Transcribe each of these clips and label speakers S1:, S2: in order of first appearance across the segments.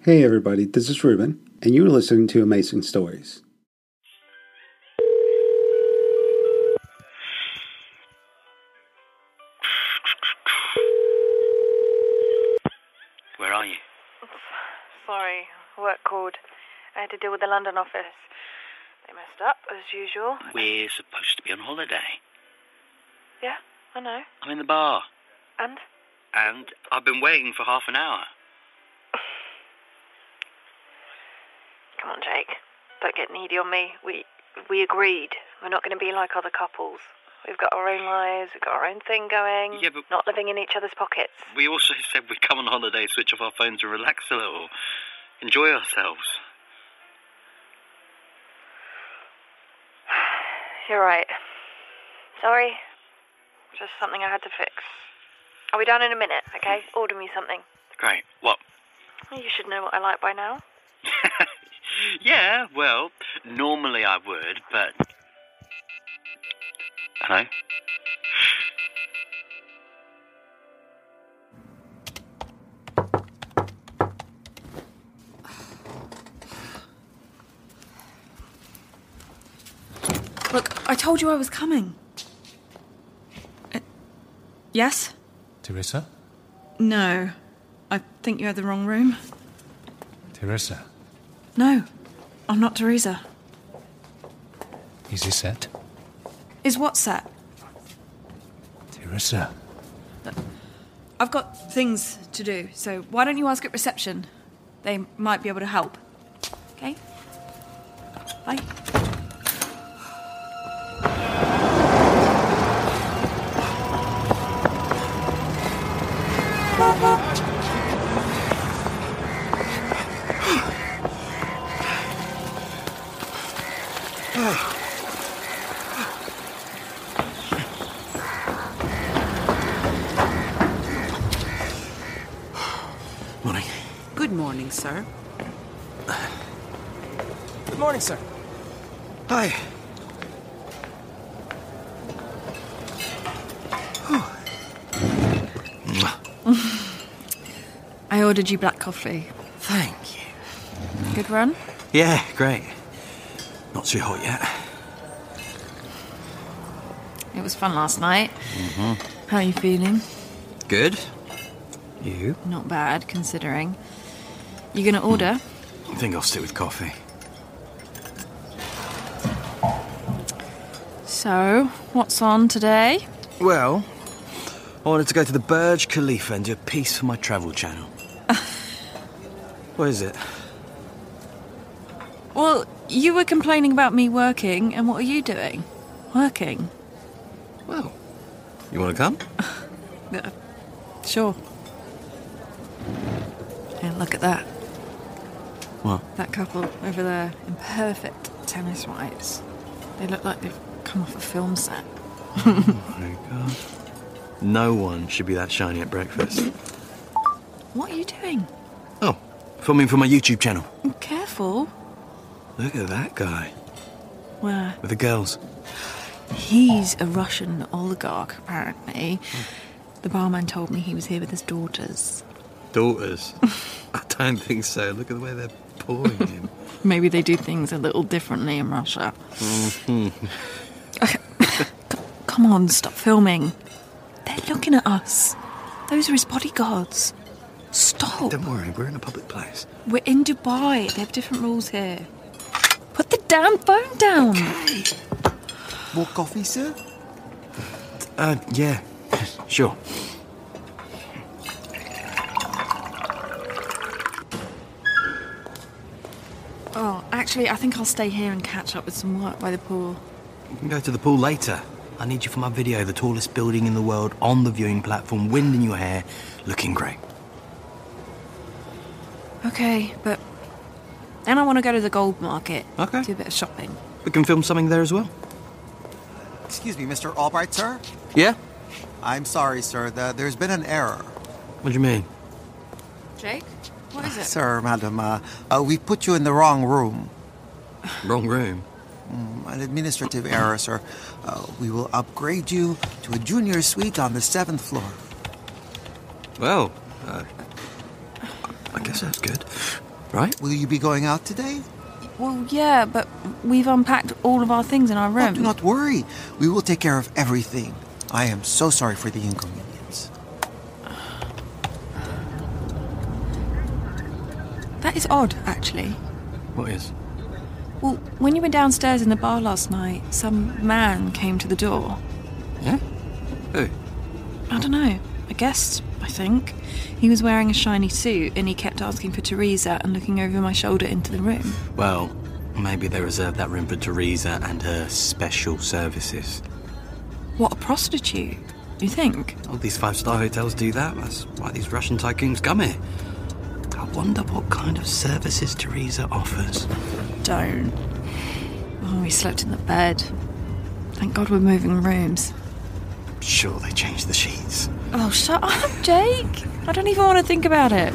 S1: Hey, everybody, this is Ruben, and you're listening to Amazing Stories.
S2: Where are you?
S3: Sorry, work called. I had to deal with the London office. They messed up, as usual.
S2: We're supposed to be on holiday.
S3: Yeah, I know.
S2: I'm in the bar,
S3: And?
S2: and I've been waiting for half an hour.
S3: Come on, Jake. Don't get needy on me. We we agreed. We're not going to be like other couples. We've got our own lives, we've got our own thing going.
S2: Yeah, but-
S3: Not living in each other's pockets.
S2: We also said we'd come on holiday, switch off our phones, and relax a little, enjoy ourselves.
S3: You're right. Sorry. Just something I had to fix. I'll be down in a minute, okay? Order me something.
S2: Great. What?
S3: You should know what I like by now.
S2: yeah, well, normally I would, but. Hello?
S4: Look, I told you I was coming. Uh, yes?
S5: Teresa?
S4: No. I think you had the wrong room.
S5: Teresa,
S4: No, I'm not Teresa.
S5: is this it?
S4: Is what set?
S5: Teresa,
S4: I've got things to do, so why don't you ask at reception? They might be able to help. Okay? Bye.
S6: Morning.
S7: Good morning, sir.
S6: Good morning, sir. Hi.
S4: I ordered you black coffee.
S6: Thank you.
S4: Good run?
S6: Yeah, great. Not too hot yet.
S4: It was fun last night. How are you feeling?
S6: Good. You?
S4: Not bad, considering. You gonna order?
S6: I think I'll stick with coffee.
S4: So, what's on today?
S6: Well, I wanted to go to the Burj Khalifa and do a piece for my travel channel. what is it?
S4: Well, you were complaining about me working, and what are you doing? Working?
S6: Well, you want to come?
S4: Uh, Sure. And look at that.
S6: What?
S4: That couple over there in perfect tennis whites. They look like they've come off a film set.
S6: Oh, my God. No one should be that shiny at breakfast.
S4: What are you doing?
S6: Oh, filming for my YouTube channel.
S4: Careful.
S6: Look at that guy
S4: Where?
S6: with the girls.
S4: He's a Russian oligarch, apparently. The barman told me he was here with his daughters.
S6: daughters. I don't think so. Look at the way they're pouring him.
S4: Maybe they do things a little differently in Russia. okay. Come on, stop filming. They're looking at us. Those are his bodyguards. Stop.
S6: Don't worry, we're in a public place.
S4: We're in Dubai. They have different rules here. Put the damn phone down.
S6: More coffee, sir? Uh, yeah, sure.
S4: Oh, actually, I think I'll stay here and catch up with some work by the pool.
S6: We can go to the pool later. I need you for my video, the tallest building in the world on the viewing platform, wind in your hair, looking great.
S4: Okay, but then I want to go to the gold market.
S6: Okay.
S4: Do a bit of shopping.
S6: We can film something there as well.
S8: Excuse me, Mr. Albright, sir?
S6: Yeah?
S8: I'm sorry, sir. The, there's been an error.
S6: What do you mean?
S4: Jake, what is it?
S8: Sir, madam, uh, uh, we put you in the wrong room.
S6: Wrong room.
S8: An administrative error, sir. Uh, we will upgrade you to a junior suite on the seventh floor.
S6: Well, uh, I guess that's good. right?
S8: Will you be going out today?
S4: Well, yeah, but we've unpacked all of our things in our room.
S8: Oh, do not worry. We will take care of everything. I am so sorry for the inconvenience.
S4: That is odd, actually.
S6: What is?
S4: Well, when you were downstairs in the bar last night, some man came to the door.
S6: Yeah? Who?
S4: I don't know. A guest, I think. He was wearing a shiny suit and he kept asking for Teresa and looking over my shoulder into the room.
S6: Well, maybe they reserved that room for Teresa and her special services.
S4: What a prostitute, you think?
S6: All these five star hotels do that. That's why these Russian tycoons come here. I wonder what kind of services Teresa offers.
S4: Don't. Oh, we slept in the bed. Thank God we're moving rooms.
S6: Sure, they changed the sheets.
S4: Oh, shut up, Jake. I don't even want to think about it.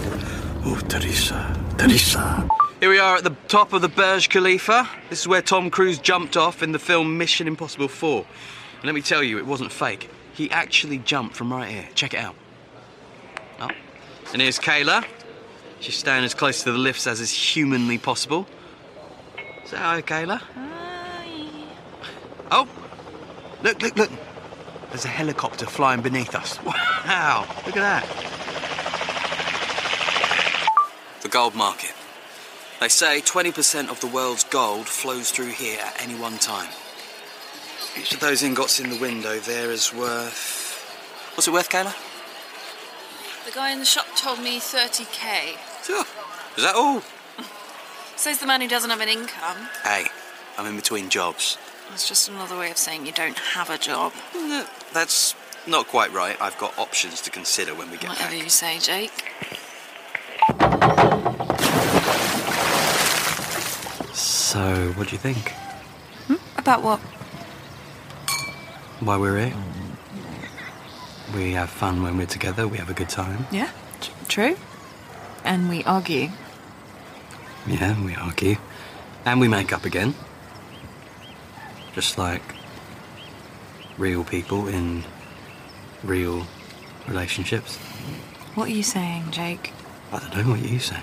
S6: Oh, Teresa, Teresa. Here we are at the top of the Burj Khalifa. This is where Tom Cruise jumped off in the film Mission Impossible 4. And let me tell you, it wasn't fake. He actually jumped from right here. Check it out. Oh. And here's Kayla. She's staying as close to the lifts as is humanly possible. Say hi, Kayla. Oh, look, look, look. There's a helicopter flying beneath us. Wow, look at that. The gold market. They say 20% of the world's gold flows through here at any one time. Each of those ingots in the window there is worth. What's it worth, Kayla?
S4: The guy in the shop told me 30k.
S6: Sure. Is that all?
S4: Says the man who doesn't have an income.
S6: Hey, I'm in between jobs.
S4: That's just another way of saying you don't have a job.
S6: No, that's not quite right. I've got options to consider when we get
S4: Whatever
S6: back.
S4: you say, Jake.
S6: So, what do you think?
S4: About what?
S6: Why we're here? We have fun when we're together. We have a good time.
S4: Yeah, t- true. And we argue.
S6: Yeah, we argue. And we make up again. Just like real people in real relationships.
S4: What are you saying, Jake?
S6: I don't know what you say.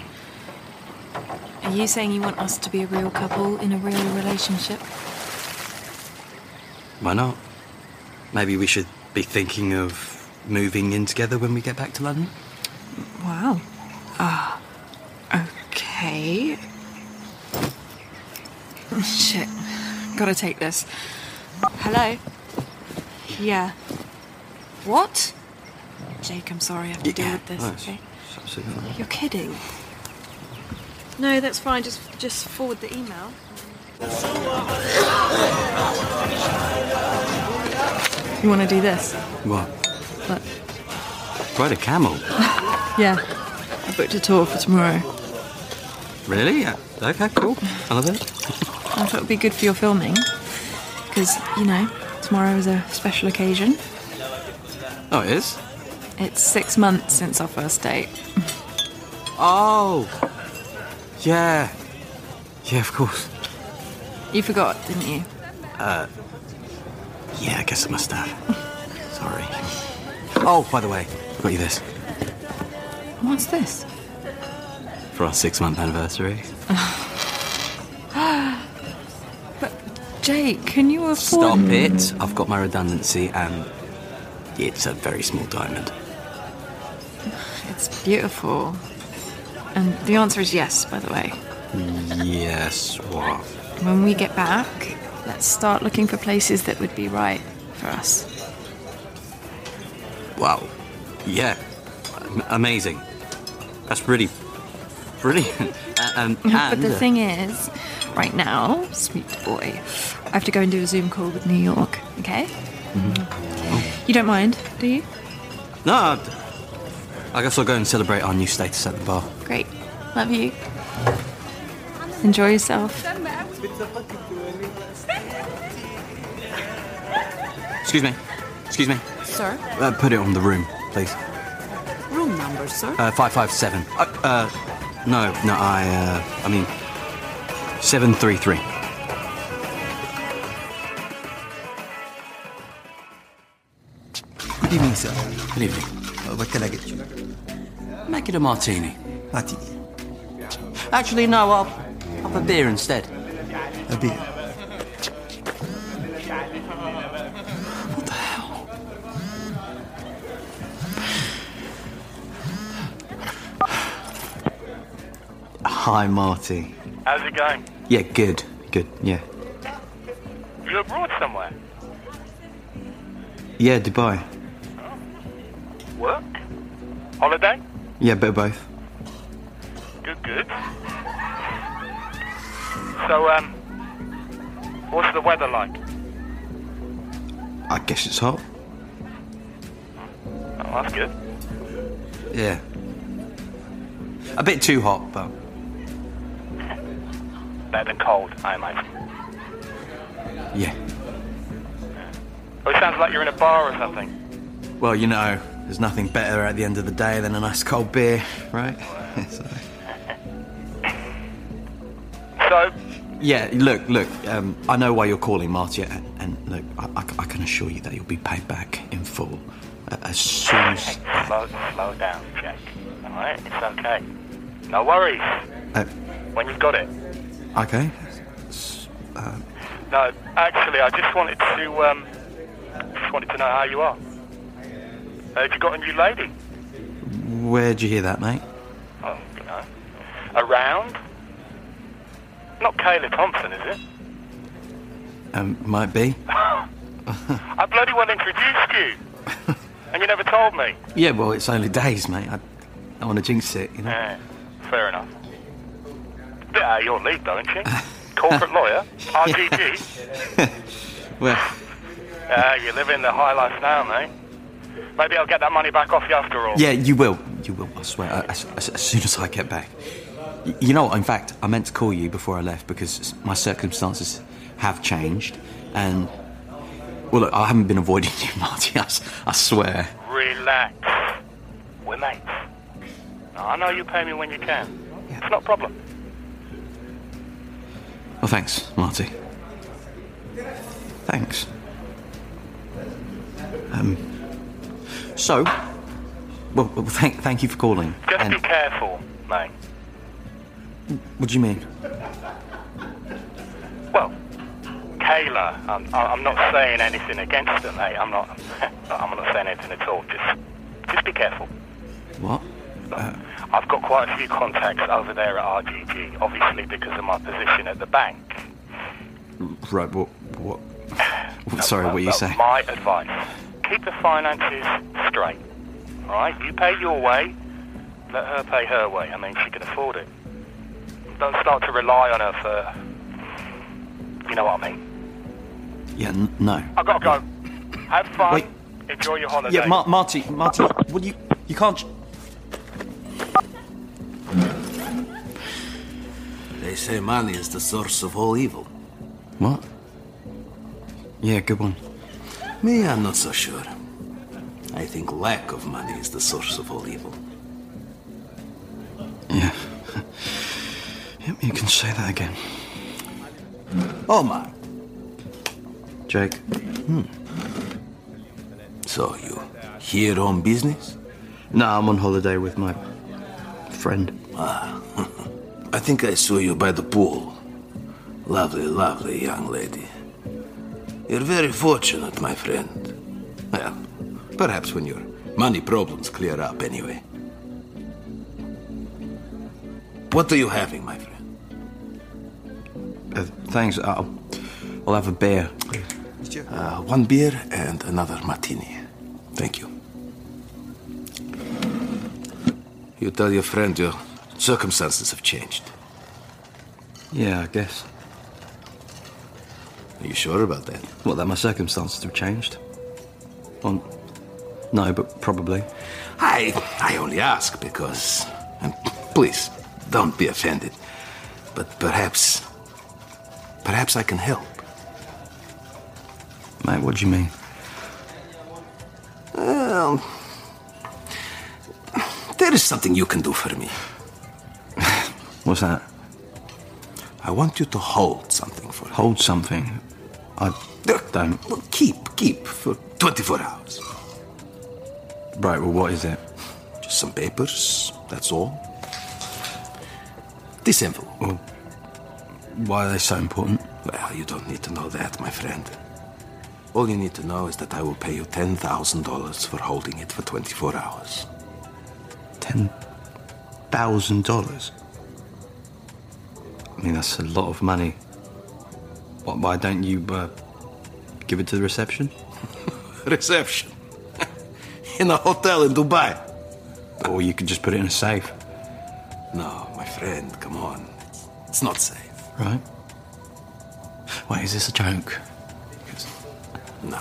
S4: Are you saying you want us to be a real couple in a real relationship?
S6: Why not? Maybe we should be thinking of moving in together when we get back to London?
S4: Wow. Ah. okay. Shit. Gotta take this. Hello? Yeah. What? Jake, I'm sorry I have to deal with this,
S6: no, it's-
S4: okay?
S6: it's absolutely fine.
S4: You're kidding. No, that's fine. Just just forward the email. You want to do this?
S6: What?
S4: Look.
S6: Ride a camel?
S4: Yeah. I booked a tour for tomorrow.
S6: really? Yeah. Okay, cool. I love it.
S4: I thought it would be good for your filming. Because, you know, tomorrow is a special occasion.
S6: Oh, it is?
S4: It's six months since our first date.
S6: Oh! Yeah. Yeah, of course.
S4: You forgot, didn't you?
S6: Yeah, I guess I must have. Sorry. Oh, by the way, I got you this
S4: What's this?
S6: for our six month anniversary.
S4: Jake, can you afford.
S6: Stop it. I've got my redundancy and it's a very small diamond.
S4: It's beautiful. And the answer is yes, by the way.
S6: Yes, what?
S4: When we get back, let's start looking for places that would be right for us.
S6: Wow. Yeah. Am- amazing. That's really brilliant. and,
S4: but the
S6: Mm-hmm. and- uh,
S4: thing is, right now, sweet boy, I have to go and do a Zoom call with New York, okay? You don't mind, do you?
S6: No, I I guess I'll go and celebrate our new status at the bar.
S4: Great. Love you. Enjoy yourself.
S6: Excuse me. Excuse me.
S7: Sir,
S6: Uh, put it on the room, please.
S7: room number, sir.
S6: Uh, 557. Uh, uh, no, no, I, uh, I mean, 733.
S8: Good evening, sir.
S6: Good evening.
S8: Uh, what can I get you?
S6: Make it a martini.
S8: Martini.
S6: Actually, no, I'll have a beer instead.
S8: A beer.
S6: Hi, Marty.
S9: How's it going?
S6: Yeah, good, good, yeah.
S9: You're abroad somewhere.
S6: Yeah, Dubai.
S9: Work? Holiday?
S6: Yeah, bit of both.
S9: Good, good. So, um, what's the weather like?
S6: I guess it's hot.
S9: Oh, that's good.
S6: Yeah. A bit too hot, but
S9: Better than cold, I imagine.
S6: yeah.
S9: Well, Oh, it sounds like you're in a bar or something.
S6: Well, you know, there's nothing better at the end of the day than a nice cold beer, right? So-
S9: So,
S6: yeah, look, look, um, I know why you're calling, Marty, and, and look, I, I c- I can assure you that you'll be paid back in full uh, as soon as. uh,
S9: slow, slow down, Jack. All right, it's okay. No worries.
S6: Uh,
S9: When you've got it.
S6: okay.
S9: No, actually, I just wanted to, um, just wanted to know how you are. Have you got a new lady?
S6: Where'd you hear that, mate?
S9: Oh, you know. Around? Not Kayla Thompson, is it?
S6: Um, might be.
S9: I bloody well introduced you. and you never told me.
S6: Yeah, well, it's only days, mate. I don't want to jinx it, you know.
S9: Eh, fair enough. Bit out of your league, though, isn't she? Corporate lawyer? RGG?
S6: Well,
S9: Ah, you're living the high life now, mate. Maybe I'll get that money back off you after all.
S6: yeah, you will. You will, I swear, as, as, as soon as I get back. Y- You know what? In fact, I meant to call you before I left because my circumstances have changed. And, well, look, I haven't been avoiding you, Marty. I, s- I swear.
S9: Relax. We're mates. I know you pay me when you can. It's not a problem.
S6: Well, thanks, Marty. Thanks. Um, so, well, well thank, thank you for calling.
S9: Just
S6: And
S9: be careful, mate.
S6: what do you mean?
S9: Well, Kayla, I'm, I- I'm not saying anything against her, mate. I'm not. I'm not saying anything at all. Just, just be careful.
S6: What? Uh,
S9: I've got quite a few contacts over there at RGG, obviously because of my position at the bank.
S6: Right, what? what? Sorry, what are you
S9: But
S6: saying?
S9: Uh, My advice: keep the finances straight. All right, you pay your way. Let her pay her way. I mean, she can afford it. Don't start to rely on her for. You know what I mean.
S6: Yeah, n- no.
S9: I've got to go. Have fun.
S6: Wait.
S9: Enjoy your holiday.
S6: Yeah, Mar- Marty, Marty, what do you? You can't. ch-
S10: They say money is the source of all evil.
S6: What? Yeah, good one.
S10: Me, I'm not so sure. I think lack of money is the source of all evil.
S6: Yeah. Yep, you can say that again,
S10: Omar,
S6: Jake.
S10: so you here on business?
S6: No, I'm on holiday with my friend.
S10: Ah, I think I saw you by the pool. Lovely, lovely young lady. You're very fortunate, my friend. Well, perhaps when your money problems clear up anyway. What are you having, my friend?
S6: Uh, thanks. I'll, I'll have a beer.
S10: Uh, one beer and another martini. Thank you. You tell your friend your circumstances have changed.
S6: Yeah, I guess.
S10: Are you sure about that?
S6: What? That my circumstances have changed. On. No, but probably.
S10: I I only ask because and please don't be offended. But perhaps perhaps I can help.
S6: Mate, what do you mean?
S10: Well, there is something you can do for me.
S6: What's that?
S10: I want you to hold something for me.
S6: Hold something. I don't.
S10: Well, keep, keep for 24 hours.
S6: Right. Well, what is it?
S10: Just some papers, that's all. This envelope.
S6: Well, why are they so important?
S10: Well, you don't need to know that, my friend. All you need to know is that I will pay you $10,000 for holding it for 24 hours.
S6: Ten thousand dollars. I mean, that's a lot of money. Why- Why don't you uh, give it to the reception?
S10: Reception. in a hotel in Dubai.
S6: Or you could just put it in a safe,
S10: No, my friend, come on. It's not safe.
S6: right? Wait, is this a joke?
S10: No.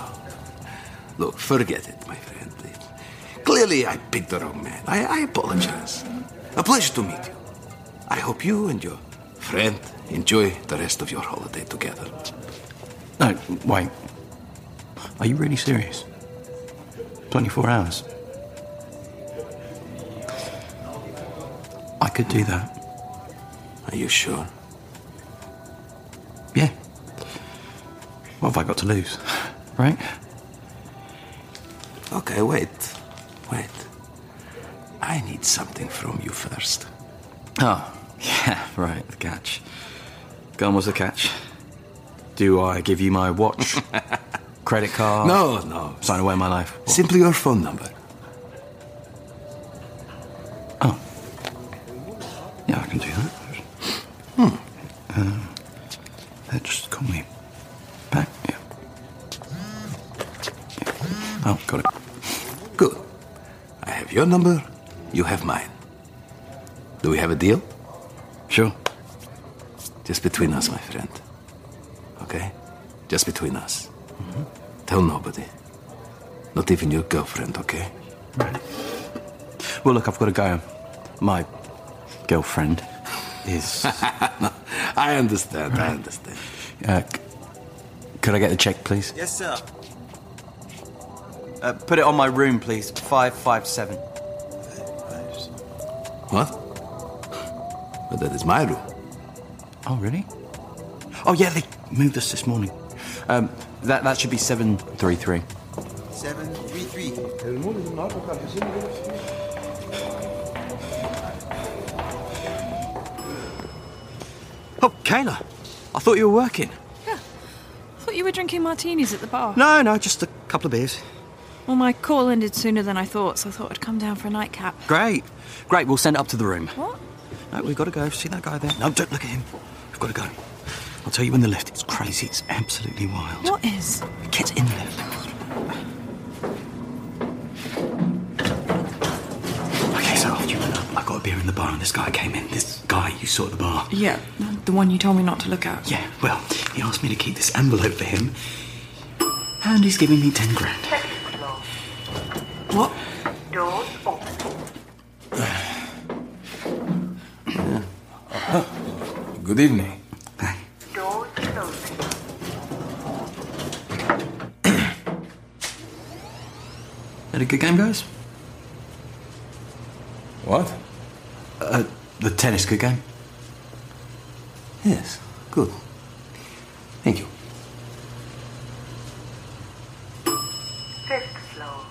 S10: Look, forget it, my friend. Clearly, I picked the wrong man. I, I apologize. A pleasure to meet you. I hope you and your friend enjoy the rest of your holiday together.
S6: No, wait. Are you really serious? 24 hours? I could do that.
S10: Are you sure?
S6: Yeah. What have I got to lose? Right?
S10: Okay, wait. Wait. I need something from you first.
S6: Oh, yeah, right, the catch. Go on, what's the catch? Do I give you my watch? Credit card?
S10: No, Oh, no.
S6: Sign away my life. What?
S10: Simply your phone number.
S6: Yeah, I can do that. Hmm. Uh, just call me back. Yeah. Yeah. Oh, got it.
S10: Good. I have your number, you have mine. Do we have a deal?
S6: Sure.
S10: Just between us, my friend. Okay? Just between us. Tell nobody. Not even your girlfriend, okay?
S6: Well, look, I've got to go. My girlfriend is.
S10: I understand, I understand.
S6: Uh, c- could I get the check, please?
S11: Yes, sir.
S6: Uh, put it on my room, please. 557.
S10: What? But that is my room.
S6: Oh, really? Oh, yeah, they moved us this morning. Um, that, that should be 733.
S8: 733.
S11: Oh, Kayla, I thought you were working.
S4: Thought you were drinking martinis at the bar.
S11: No, no, just a couple of beers.
S4: Well, my call ended sooner than I thought, so I thought I'd come down for a nightcap.
S11: Great, great. We'll send it up to the room.
S4: What?
S11: No, we've got to go. See that guy there? No, don't look at him. We've got to go. I'll tell you when the lift. It's crazy. It's absolutely wild.
S4: What is?
S11: Get in the lift. Okay, so after you went up, I got a beer in the bar, and this guy came in. This guy you saw at the bar.
S4: Yeah, the one you told me not to look at.
S11: Yeah, well, he asked me to keep this envelope for him, and he's giving me ten grand. What?
S9: Doors open.
S10: Good evening.
S9: Doors closing.
S6: Had a good game, guys?
S10: What?
S6: Uh, the tennis, good game?
S10: Yes, good. Thank you.
S9: Fifth floor.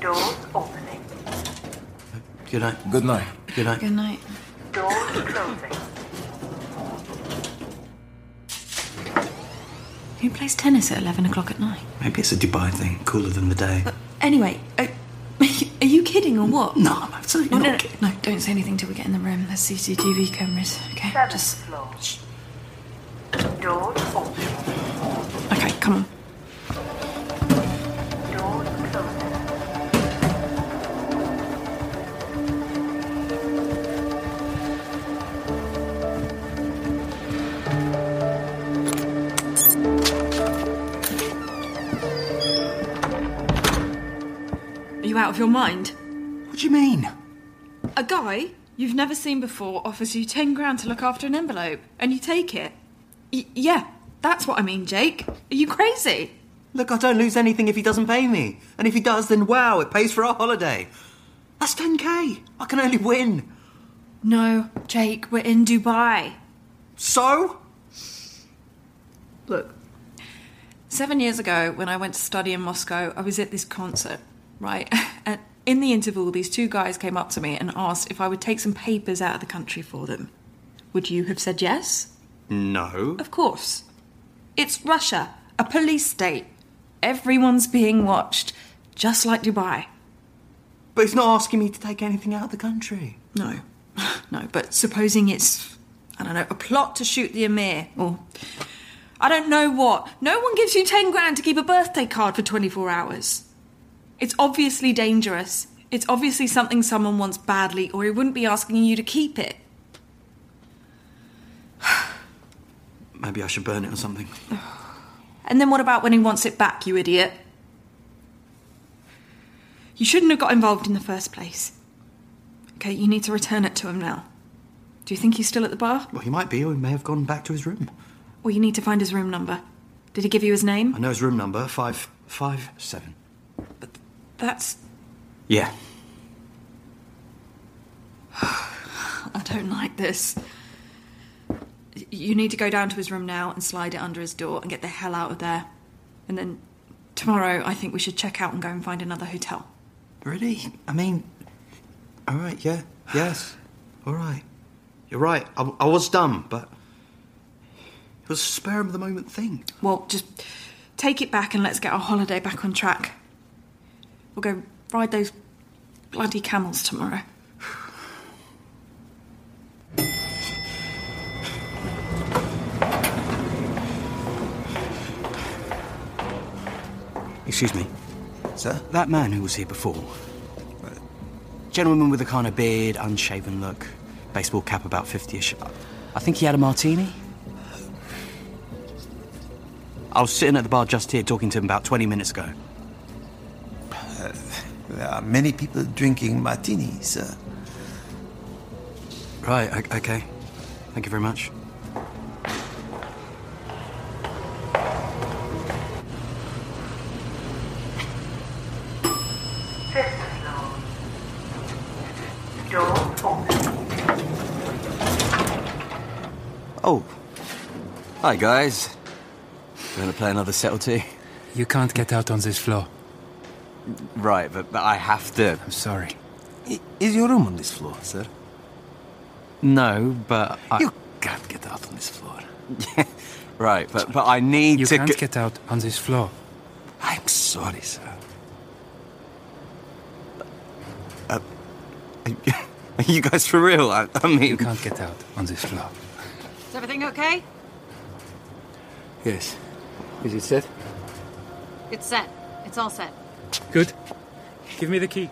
S9: Doors opening.
S6: Good night.
S10: Good night.
S6: Good night.
S4: Good night.
S9: Doors closing.
S4: Who plays tennis at 11 o'clock at night?
S6: Maybe it's a Dubai thing, cooler than the
S4: Uh,
S6: day.
S4: Anyway, are, are you kidding or what?
S6: No, I'm absolutely
S4: Well,
S6: not
S4: no, no, no, don't say anything till we get in the room. There's CCTV cameras. Okay, just.
S9: Seventh floor. Doors open.
S4: Okay, come on.
S9: Doors closing.
S4: Are you out of your mind?
S6: What do you mean?
S4: A guy you've never seen before offers you 10 grand to look after an envelope, and you take it. Y- yeah, that's what I mean, Jake. Are you crazy?
S6: Look, I don't lose anything if he doesn't pay me. And if he does, then wow, it pays for our holiday. That's 10k. I can only win.
S4: No, Jake, we're in Dubai.
S6: So?
S4: Look, seven years ago when I went to study in Moscow, I was at this concert, right? And In the interval, these two guys came up to me and asked if I would take some papers out of the country for them. Would you have said yes?
S8: No.
S4: Of course. It's Russia, a police state. Everyone's being watched, just like Dubai.
S8: But it's not asking me to take anything out of the country.
S4: No, no, but supposing it's, I don't know, a plot to shoot the Emir, or I don't know what. No one gives you 10 grand to keep a birthday card for 24 hours. It's obviously dangerous. It's obviously something someone wants badly, or he wouldn't be asking you to keep it.
S8: Maybe I should burn it or something.
S4: And then what about when he wants it back, you idiot? You shouldn't have got involved in the first place. Okay, you need to return it to him now. Do you think he's still at the bar?
S8: Well, he might be, or he may have gone back to his room.
S4: Or you need to find his room number. Did he give you his name?
S8: I know his room number, 557.
S4: That's.
S8: Yeah.
S4: I don't like this. You need to go down to his room now and slide it under his door and get the hell out of there. And then tomorrow, I think we should check out and go and find another hotel.
S8: Really? I mean, all right, yeah, yes, all right. You're right, I, I was dumb, but it was a spur of the moment thing.
S4: Well, just take it back and let's get our holiday back on track. We'll go ride those bloody camels tomorrow.
S8: Excuse me.
S12: Sir?
S8: That man who was here before. Gentleman with a kind of beard, unshaven look, baseball cap about 50 ish. I think he had a martini. I was sitting at the bar just here talking to him about 20 minutes ago.
S12: Uh, There are many people drinking martinis, sir.
S8: Right, o- okay. Thank you very much.
S6: Oh. Hi, guys. You want to play another set or two?
S10: You can't get out on this floor.
S6: Right, but, but I have to.
S10: I'm sorry.
S6: Is your room on this floor, sir? No, but I... You can't get out on this floor. right, but, but I need
S10: You
S6: to...
S10: can't
S6: go-
S10: get out on this floor.
S6: I'm sorry, sir. Uh, are you guys for real? I, I mean... You
S10: can't get out on this floor.
S4: Is everything okay?
S6: Yes. Is it set?
S13: It's set. It's all set.
S10: Good. Give me the key.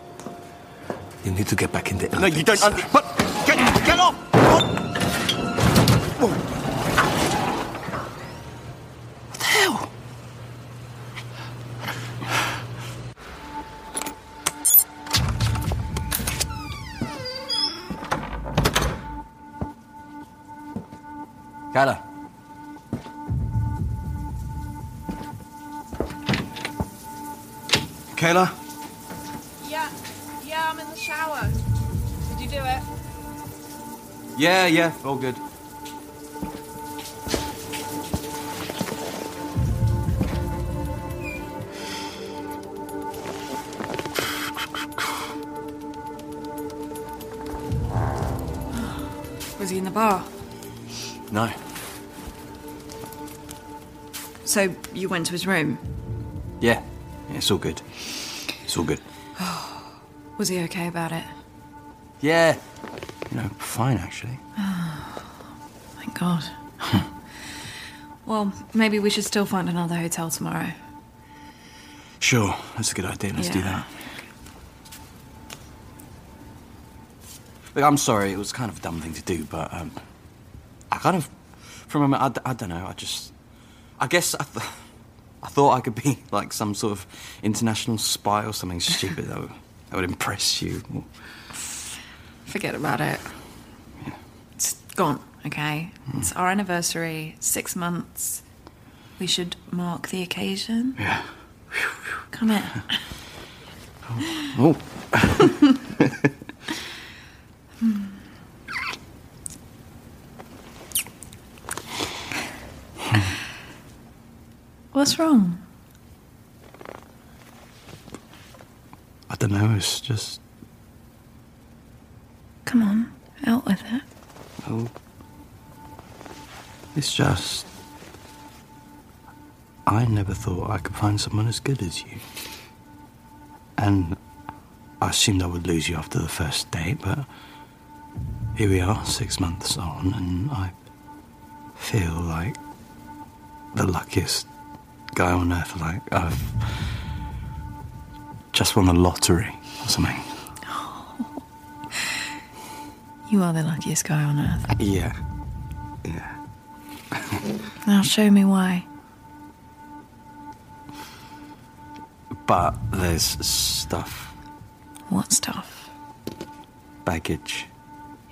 S14: You need to get back in the
S6: No, you don't... Un- but get, get off! Carla. Kayla?
S4: Yeah, yeah, I'm in the shower. Did you do it?
S6: Yeah, yeah, all good.
S4: Was he in the bar?
S6: No.
S4: So you went to his room.
S6: Yeah. yeah. It's all good. It's all good.
S4: Was he okay about it?
S6: Yeah. You know, fine, actually.
S4: Thank God. well, maybe we should still find another hotel tomorrow.
S6: Sure, that's a good idea. Let's do
S4: Yeah.
S6: that. Look, I'm sorry. It was kind of a dumb thing to do, but um, I kind of, from a moment, I, d- I don't know. I just, I guess I, th- I thought I could be like some sort of international spy or something stupid that would, that would impress you. Or,
S4: Forget about it. It's gone, okay? It's our anniversary, six months. We should mark the occasion.
S6: Yeah.
S4: Come here.
S6: Oh.
S4: What's wrong?
S6: I don't know. It's just.
S4: Come on, out with it.
S6: Well, it's just. I never thought I could find someone as good as you. And I assumed I would lose you after the first date, but here we are, six months on, and I feel like the luckiest guy on earth. Like, I've just won a lottery or something.
S4: You are the luckiest guy on earth.
S6: Yeah. Yeah.
S4: Now show me why.
S6: But there's stuff,
S4: What stuff?
S6: baggage.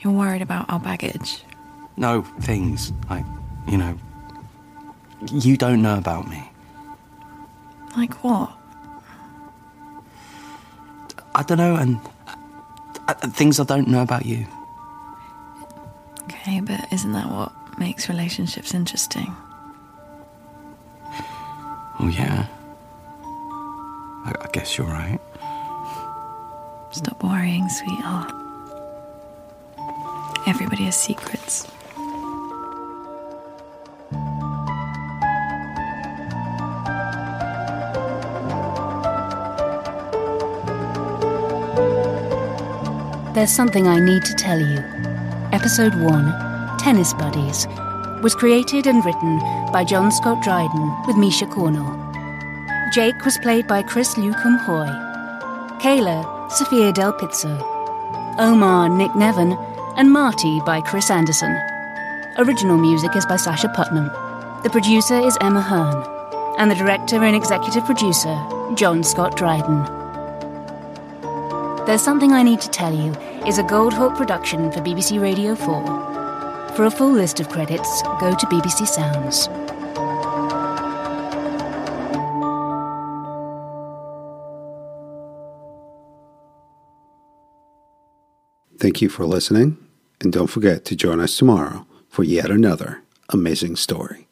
S4: You're worried about our baggage.
S6: No, things. Like, you know, you don't know about me.
S4: Like what?
S6: I don't know, and uh, uh, things I don't know about you.
S4: Okay, but isn't that what makes relationships interesting?
S6: Oh, yeah. I, I guess you're right.
S4: Stop worrying, sweetheart. Everybody has secrets.
S9: There's Something I Need to Tell You. Episode 1 Tennis Buddies was created and written by John Scott Dryden with Misha Cornell. Jake was played by Chris Newcomb Hoy. Kayla, Sophia Del Pizzo. Omar, Nick Nevin, and Marty by Chris Anderson. Original music is by Sasha Putnam. The producer is Emma Hearn. And the director and executive producer, John Scott Dryden. There's Something I Need to Tell You is a Goldhawk production for BBC Radio 4. For a full list of credits, go to BBC Sounds.
S1: Thank you for listening, and don't forget to join us tomorrow for yet another amazing story.